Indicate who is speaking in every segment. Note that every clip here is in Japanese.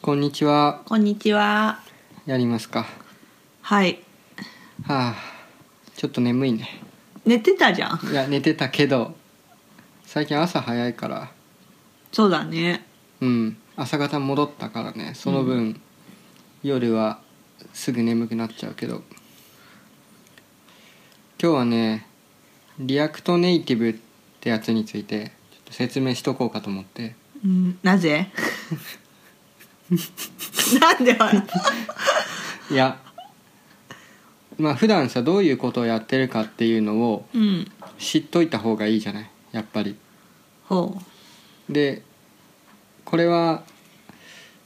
Speaker 1: こんにちは。
Speaker 2: こんにちは。
Speaker 1: やりますか。
Speaker 2: はい。
Speaker 1: はあ、ちょっと眠いね。
Speaker 2: 寝てたじゃん。
Speaker 1: いや、寝てたけど、最近朝早いから、
Speaker 2: そうだね。
Speaker 1: うん、朝方戻ったからね、その分、夜はすぐ眠くなっちゃうけど、今日はね、リアクトネイティブってやつについて、ちょっと説明しとこうかと思って。
Speaker 2: うん、な ぜなんで笑
Speaker 1: いや、まあ普段さ、どういうことをやってるかっていうのを
Speaker 2: ううん。
Speaker 1: 知っといた方がいいじゃない、やっぱり。
Speaker 2: ほ
Speaker 1: でこれは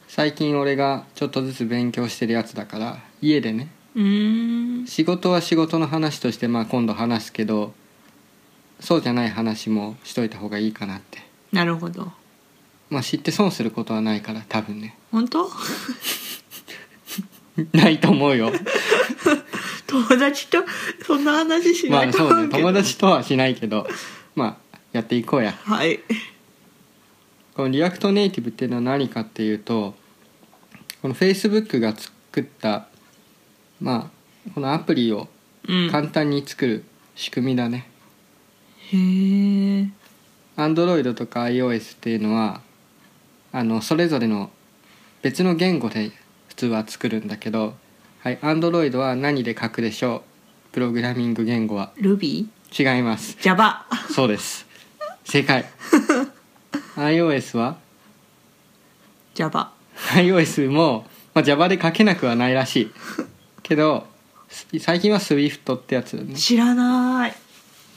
Speaker 1: 最近俺がちょっとずつ勉強してるやつだから家でね
Speaker 2: う。うーん。
Speaker 1: 仕事は仕事の話としてまあ今度話すけどそうじゃない話もしといた方がいいかなって
Speaker 2: なるほど。
Speaker 1: まあ知って損することはないから多分ね
Speaker 2: 本当
Speaker 1: ないと思う よ
Speaker 2: 友達とそんな話し
Speaker 1: ま
Speaker 2: ない
Speaker 1: あ
Speaker 2: と
Speaker 1: そ
Speaker 2: 思
Speaker 1: う
Speaker 2: う
Speaker 1: ね
Speaker 2: けど。
Speaker 1: 友達とはしないけどまあやっていこうや
Speaker 2: はい。
Speaker 1: このリアクトネイティブっていうのは何かっていうとこの Facebook が作ったまあこのアプリを
Speaker 2: うん。
Speaker 1: 簡単に作る仕組みだね、
Speaker 2: へえ。
Speaker 1: Android とか iOS っていうのはあのそれぞれの別の言語で普通は作るんだけど、はい、Android は何で書くでしょうプログラミング言語は
Speaker 2: Ruby?
Speaker 1: 違います
Speaker 2: Java?
Speaker 1: そうです正解 iOS は
Speaker 2: Java?
Speaker 1: iOS も、まあ、Java で書けなくはないらしいけどす最近は Swift ってやつだね
Speaker 2: 知らない。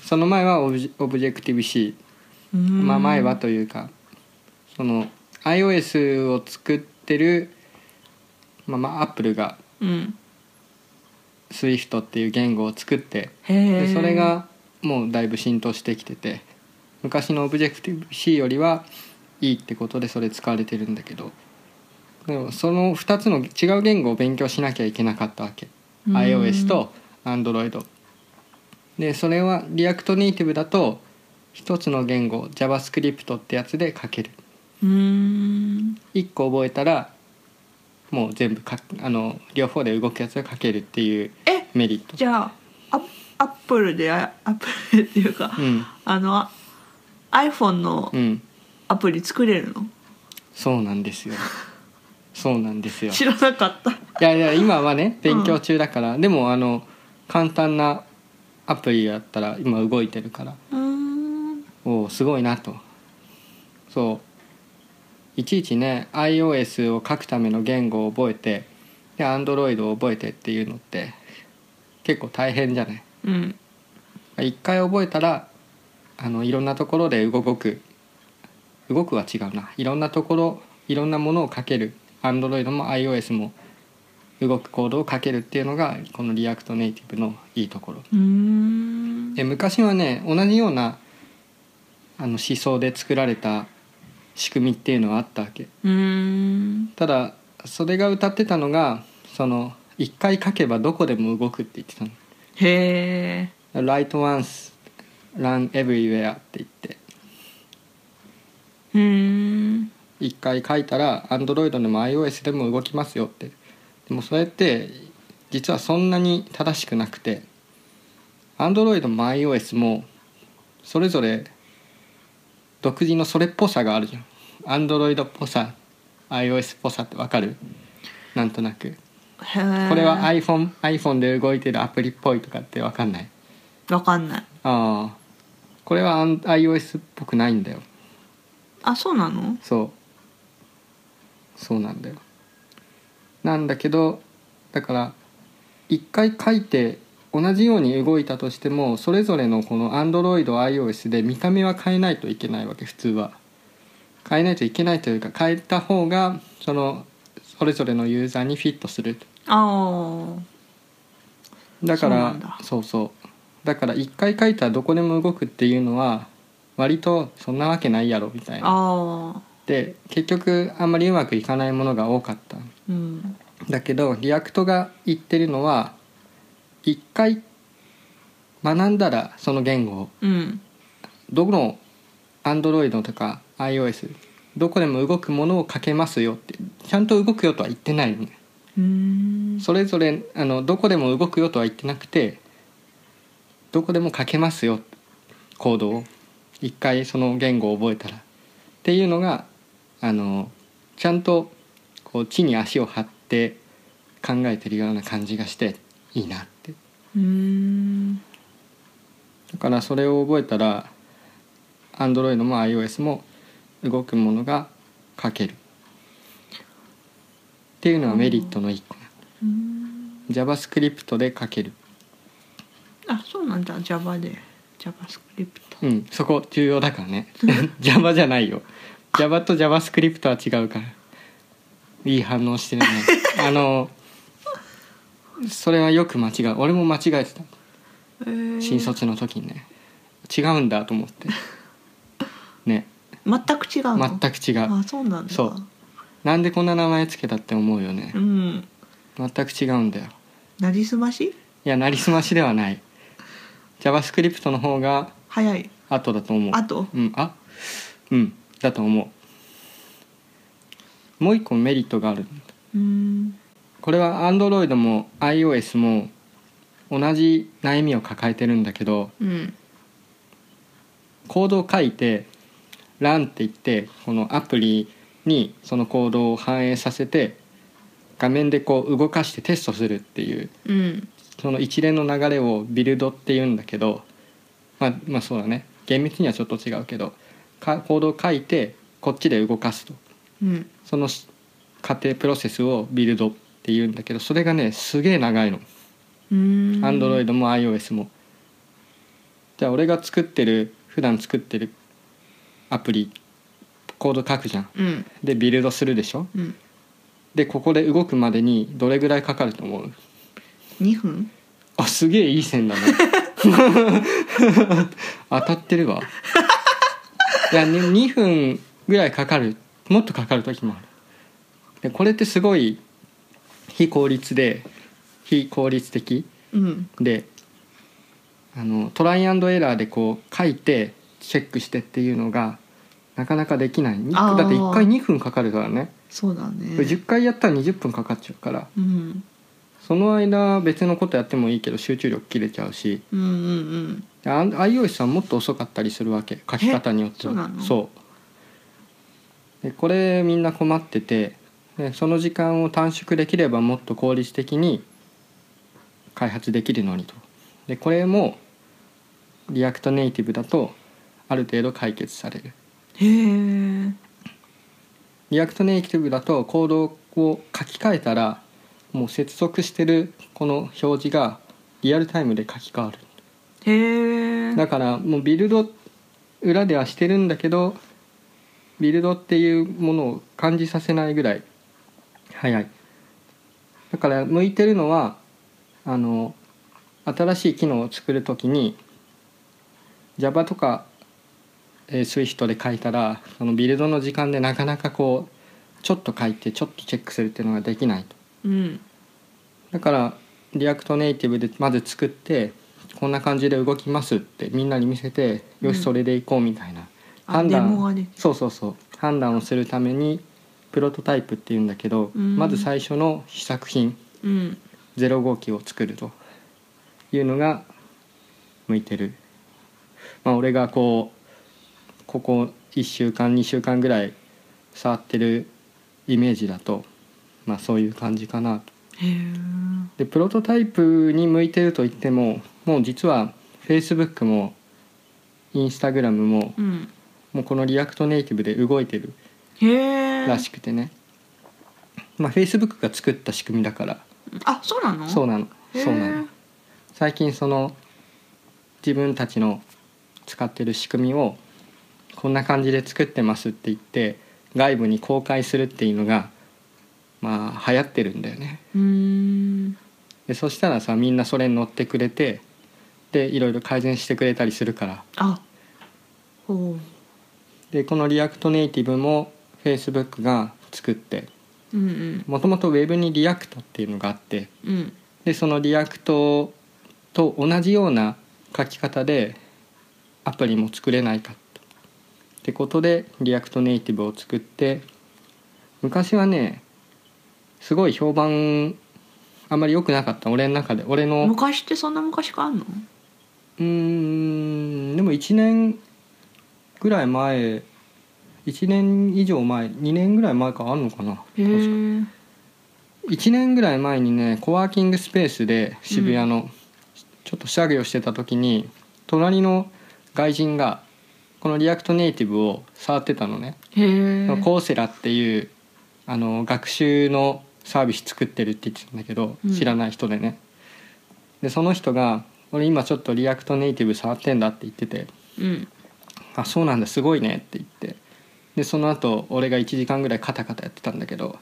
Speaker 1: その前はオブジオブジェクティブ C
Speaker 2: うーん
Speaker 1: まあ、前は。というかその iOS を作ってる、まあ、まあアップルが
Speaker 2: うん。
Speaker 1: Swift っていう言語を作って
Speaker 2: へ
Speaker 1: で
Speaker 2: え。
Speaker 1: それ。がもうだいぶ浸透してきてて昔のオブジェクティブ C よりはいいってことでそれ使われてるんだけどでもその2つの違う言語を勉強しなきゃいけなかったわけ
Speaker 2: うん
Speaker 1: iOS と Android でそれはリアクトネイティブだと1つの言語 JavaScript ってやつで書ける
Speaker 2: うーん。
Speaker 1: 1個覚えたらもう全部かあの両方で動くやつが書けるっていう
Speaker 2: え
Speaker 1: メリット
Speaker 2: じゃあアアップルであアップルっていうか、
Speaker 1: うん
Speaker 2: あのあ iPhone の
Speaker 1: うん
Speaker 2: アプリ作れるの、
Speaker 1: そうなんですよそうなんですよ
Speaker 2: 知らなかった
Speaker 1: いやいや今はね勉強中だから、でもあの簡単なアプリやったら今動いてるから
Speaker 2: うーん
Speaker 1: おおすごいなとそういちいちね iOS を書くための言語を覚えてで Android を覚えてっていうのって結構大変じゃない
Speaker 2: うん
Speaker 1: 一回覚えたらあのいろんなところで動く動くは違うないろんなところいろんなものを書ける Android も iOS も動くコードを書けるっていうのがこのリアクトネイティブのいいところ
Speaker 2: うーん
Speaker 1: で昔はね同じようなあの思想で作られた仕組みっていうのはあったわけ
Speaker 2: うーん
Speaker 1: ただそれが歌ってたのがその一回書けばどこでも動くって言ってたの
Speaker 2: へえ
Speaker 1: Write once, run everywhere って言って
Speaker 2: うーん
Speaker 1: 一回書いたら Android でも iOS でも動きますよってでもそれって実はそんなに正しくなくて Android も iOS もそれぞれ独自のそれっぽさがあるじゃん Android っぽさ iOS っぽさってわかるなんとなく
Speaker 2: へえ
Speaker 1: これは iPhone, iPhone で動いてるアプリっぽいとかってわかんない
Speaker 2: わかんない
Speaker 1: ああこれは iOS っぽくないんだよ
Speaker 2: あそうなの
Speaker 1: そうそうなんだよなんだけどだから一回書いて同じように動いたとしてもそれぞれのこの AndroidiOS で見た目は変えないといけないわけ普通は変えないといけないというか変えた方がそのそれぞれのユーザーにフィットする
Speaker 2: ああ
Speaker 1: だか
Speaker 2: そうな
Speaker 1: ら
Speaker 2: んだ
Speaker 1: そうそうだから一回書いたらどこでも動くっていうのは割とそんなわけないやろみたいな
Speaker 2: ああ
Speaker 1: で結局あんまりうまくいかないものが多かったん
Speaker 2: うん
Speaker 1: だけどリアクトが言ってるのは一回学んだらその言語を
Speaker 2: うん
Speaker 1: どの Android とか iOS どこでも動くものをかけますよってちゃんと動くよとは言ってないのね
Speaker 2: うーん
Speaker 1: それぞれあのどこでも動くよとは言ってなくてどこでも書けますよコードを一回その言語を覚えたらっていうのがあのちゃんとこう地に足を張って考えてるような感じがしていいなって
Speaker 2: うーん
Speaker 1: だからそれを覚えたら Android も iOS も動くものが書けるっていうのはメリットの一個な
Speaker 2: うーん
Speaker 1: JavaScript で書ける
Speaker 2: あそうなんだ Java で JavaScript
Speaker 1: うん、そこ重要だからね Java じゃないよ Java と JavaScript は違うからいい反応して るねあのそれはよく間違う俺も間違えてた
Speaker 2: えー
Speaker 1: 新卒の時にね違うんだと思って ね
Speaker 2: 全く違うの
Speaker 1: 全く違う
Speaker 2: あそうなんだ
Speaker 1: そうなんでこんな名前つけたって思うよね
Speaker 2: うん
Speaker 1: 全く違うんだよ
Speaker 2: なりすまし
Speaker 1: いやなりすましではない JavaScript の方が
Speaker 2: 早い
Speaker 1: 後だと思う
Speaker 2: あと
Speaker 1: うん、あうんだと思うもう一個メリットがある
Speaker 2: うーん
Speaker 1: これは Android も iOS も同じ悩みを抱えてるんだけど
Speaker 2: うん
Speaker 1: コードを書いて「ランって言ってこのアプリにそのコードを反映させて画面でこう動かしてテストするっていう
Speaker 2: うん
Speaker 1: その一連の流れをビルドって言うんだけどまあまあそうだね厳密にはちょっと違うけどかコードを書いてこっちで動かすと
Speaker 2: うん
Speaker 1: そのし過程プロセスをビルドって言うんだけどそれがねすげえ長いの
Speaker 2: うーん
Speaker 1: Android も iOS もじゃあ俺が作ってる普段作ってるアプリコード書くじゃん
Speaker 2: うん
Speaker 1: でビルドするでしょ
Speaker 2: うん
Speaker 1: でここで動くまでにどれぐらいかかると思う
Speaker 2: 2分
Speaker 1: あすげえいい線だね 当たってるわいや、ね、2分ぐらいかかるもっとかかる時もあるでこれってすごい非効率で非効率的
Speaker 2: うん
Speaker 1: であのトライアンドエラーでこう書いてチェックしてっていうのがなかなかできないに
Speaker 2: あー
Speaker 1: だって1回2分かかるからね
Speaker 2: そうだね
Speaker 1: これ10回やったら20分かかっちゃうから
Speaker 2: うん
Speaker 1: その間別のことやってもいいけど集中力切れちゃうし
Speaker 2: うんうんうん
Speaker 1: であ iOS はもっと遅かったりするわけ書き方によっては
Speaker 2: そうなの
Speaker 1: そうでこれみんな困っててでその時間を短縮できればもっと効率的に開発できるのにとでこれもリアクトネイティブだとある程度解決される
Speaker 2: へえ
Speaker 1: リアクトネイティブだとコードを書き換えたらもう接続してるこの表示がリアルタイムで書き換わる
Speaker 2: へえ
Speaker 1: だからもうビルド裏ではしてるんだけどビルドっていうものを感じさせないぐらい早いだから向いてるのはあの新しい機能を作るときに Java とかえー Swift で書いたらそのビルドの時間でなかなかこうちょっと書いてちょっとチェックするっていうのができないと
Speaker 2: うん
Speaker 1: だからリアクトネイティブでまず作ってこんな感じで動きますってみんなに見せてよし
Speaker 2: うん
Speaker 1: それでいこうみたいな、
Speaker 2: あデモがね
Speaker 1: そうそうそう判断をするためにプロトタイプっていうんだけど、
Speaker 2: うん
Speaker 1: まず最初の試作品
Speaker 2: うん
Speaker 1: 0号機を作るというのが向いてるまあ俺がこうここ1週間2週間ぐらい触ってるイメージだとまあそういう感じかなと。
Speaker 2: へえ
Speaker 1: でプロトタイプに向いてると言ってももう実は Facebook も Instagram も
Speaker 2: うん
Speaker 1: もうこのリアクトネイティブで動いてる
Speaker 2: へえ
Speaker 1: らしくてね、まあ、Facebook が作った仕組みだから
Speaker 2: あそうなの
Speaker 1: そうなの
Speaker 2: へー
Speaker 1: そうなの最近その自分たちの使ってる仕組みをこんな感じで作ってますって言って外部に公開するっていうのがまあ流行ってるんだよね。
Speaker 2: うーん
Speaker 1: でそしたらさみんなそれに乗ってくれてでいろいろ改善してくれたりするから
Speaker 2: あほ
Speaker 1: でこのリアクトネイティブも Facebook が作って
Speaker 2: ううんうん
Speaker 1: もともと Web にリアクトっていうのがあって
Speaker 2: うん
Speaker 1: でそのリアクトと同じような書き方でアプリも作れないかってことでリアクトネイティブを作って昔はねすごい評判あんまり良くなかった俺の中で俺の
Speaker 2: 昔ってそんな昔かあんの
Speaker 1: うーんでも1年ぐらい前1年以上前2年ぐらい前からあるのかな
Speaker 2: へえ
Speaker 1: 1年ぐらい前にねコワーキングスペースで渋谷の、ちょっと作業してた時に隣の外人がこのリアクトネイティブを触ってたのね、
Speaker 2: へえ
Speaker 1: コーセラっていうあの学習のサービス作ってるって言ってたんだけど、
Speaker 2: うん
Speaker 1: 知らない人でねでその人が「俺今ちょっとリアクトネイティブ触ってんだ」って言ってて
Speaker 2: うん
Speaker 1: 「あそうなんだすごいね」って言ってでその後俺が1時間ぐらいカタカタやってたんだけど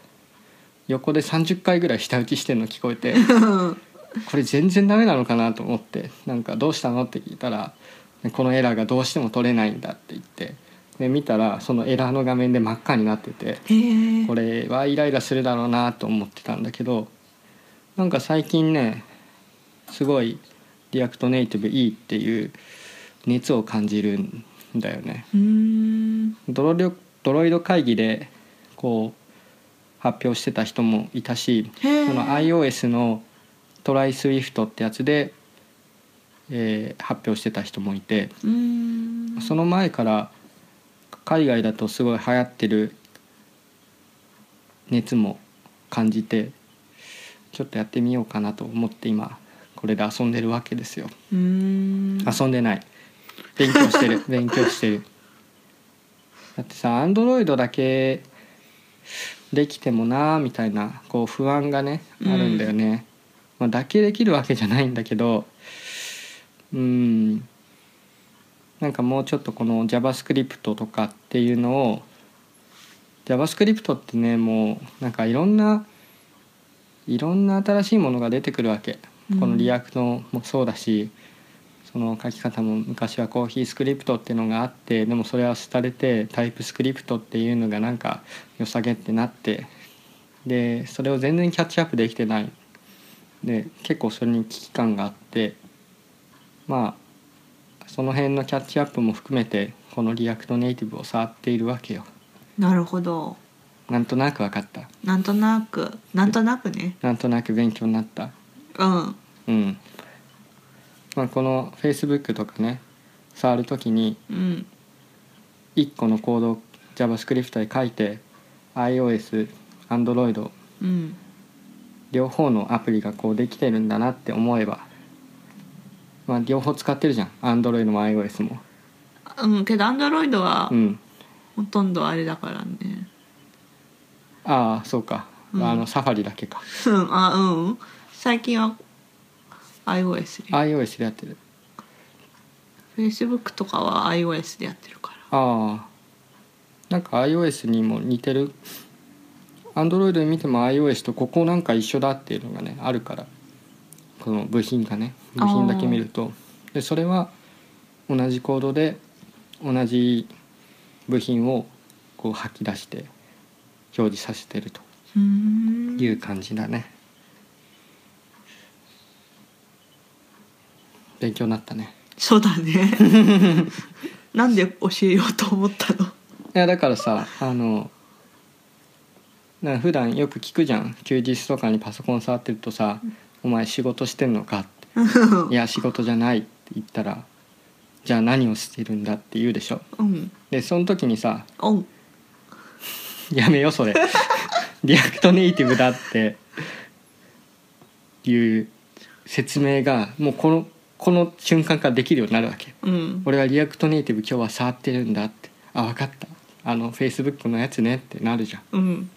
Speaker 1: 横で30回ぐらい舌打ちしてんの聞こえてこれ全然ダメなのかなと思ってなんか「どうしたの?」って聞いたら「このエラーがどうしても取れないんだ」って言ってで見たらそのエラーの画面で真っ赤になってて
Speaker 2: へえ
Speaker 1: これはイライラするだろうなと思ってたんだけどなんか最近ねすごいリアクトネイティブいいっていう熱を感じるんだよね。
Speaker 2: うーん
Speaker 1: ドロリョドロイド会議でこう発表してた人もいたし
Speaker 2: へえ
Speaker 1: その iOS のトライスウィフトってやつで、えー発表してた人もいて
Speaker 2: うーん
Speaker 1: その前から海外だとすごい流行ってる熱も感じてちょっとやってみようかなと思って今これで遊んでるわけですよ
Speaker 2: うーん
Speaker 1: 遊んでない勉強して る勉強してるだってさアンドロイドだけできてもなーみたいなこう不安がねあるんだよね、まあ、だけできるわけじゃないんだけどうんなんかもうちょっとこの JavaScript とかっていうのを JavaScript ってねもうなんかいろんないろんな新しいものが出てくるわけ、
Speaker 2: うん
Speaker 1: このリアクトもそうだしその書き方も昔はコーヒースクリプトっていうのがあってでもそれは廃れてタイプスクリプトっていうのがなんか良さげってなってでそれを全然キャッチアップできてないで結構それに危機感があってまあその辺のキャッチアップも含めてこのリアクトネイティブを触っているわけよ
Speaker 2: なるほど
Speaker 1: なんとなく分かった
Speaker 2: なんとなくなんとなくね
Speaker 1: なんとなく勉強になった
Speaker 2: うん
Speaker 1: うんまあこの Facebook とかね触るときに
Speaker 2: うん
Speaker 1: 1個のコードを JavaScript で書いて iOS、Android
Speaker 2: うん
Speaker 1: 両方のアプリがこうできてるんだなって思えば、まあ、両方使ってるじゃん Android も iOS も
Speaker 2: うんけどアンドロイドは
Speaker 1: うん
Speaker 2: ほとんどあれだからね
Speaker 1: ああそうか、
Speaker 2: うん
Speaker 1: あのサファリだけか
Speaker 2: うんあうん最近は iOS で
Speaker 1: iOS でやってる
Speaker 2: Facebook とかは iOS でやってるから
Speaker 1: ああなんか iOS にも似てる Android で見ても iOS とここなんか一緒だっていうのがねあるからこの部品がね部品だけ見るとでそれは同じコードで同じ部品をこう吐き出して表示させてると
Speaker 2: うーん
Speaker 1: いう感じだね勉強になったね
Speaker 2: そうだ ねなんで教えようと思ったの
Speaker 1: いやだからさあのなんか普段よく聞くじゃん休日とかにパソコン触ってるとさ「お前仕事してんのか?」って「いや仕事じゃない」って言ったら「じゃあ何をしてるんだ?」って言うでしょ
Speaker 2: うん
Speaker 1: でその時にさ
Speaker 2: オン
Speaker 1: 「やめよそれ リアクトネイティブだ」っていう説明がもうこのこの瞬間からできるようになるわけ
Speaker 2: うん
Speaker 1: 俺はリアクトネイティブ今日は触ってるんだってあ分かったあのフェイスブックのやつねってなるじゃん
Speaker 2: うん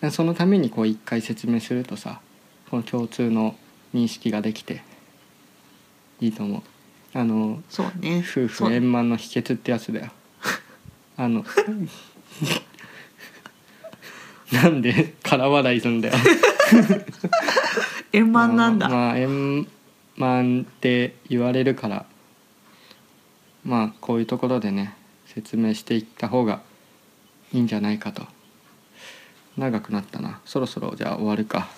Speaker 1: でそのためにこう一回説明するとさこの共通の認識ができていいと思うあの
Speaker 2: そうね
Speaker 1: 夫
Speaker 2: そう
Speaker 1: 婦円満の秘訣ってやつだよあのなんで空笑いすんだよ
Speaker 2: 円満なんだ、
Speaker 1: まあ、まあ円満って言われるからまあこういうところでね説明していった方がいいんじゃないかと長くなったなそろそろじゃあ終わるか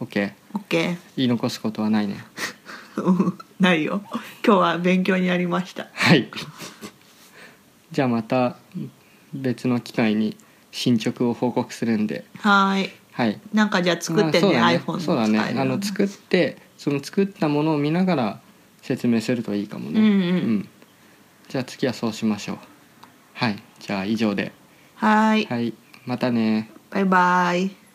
Speaker 1: OK
Speaker 2: オッケ
Speaker 1: 言い残すことはないね
Speaker 2: ーうんないよ今日は勉強になりました
Speaker 1: はいじゃあまた別の機会に進捗を報告するんで
Speaker 2: はーい
Speaker 1: はい
Speaker 2: なんかじゃあ作ってね,、
Speaker 1: まあ
Speaker 2: iPhone の
Speaker 1: そうだね
Speaker 2: 使える
Speaker 1: あの作ってその作ったものを見ながら説明するといいかもね、
Speaker 2: うんうん
Speaker 1: じゃあ次はそうしましょうはいじゃあ以上で
Speaker 2: はーい
Speaker 1: はいまたね
Speaker 2: バイバイ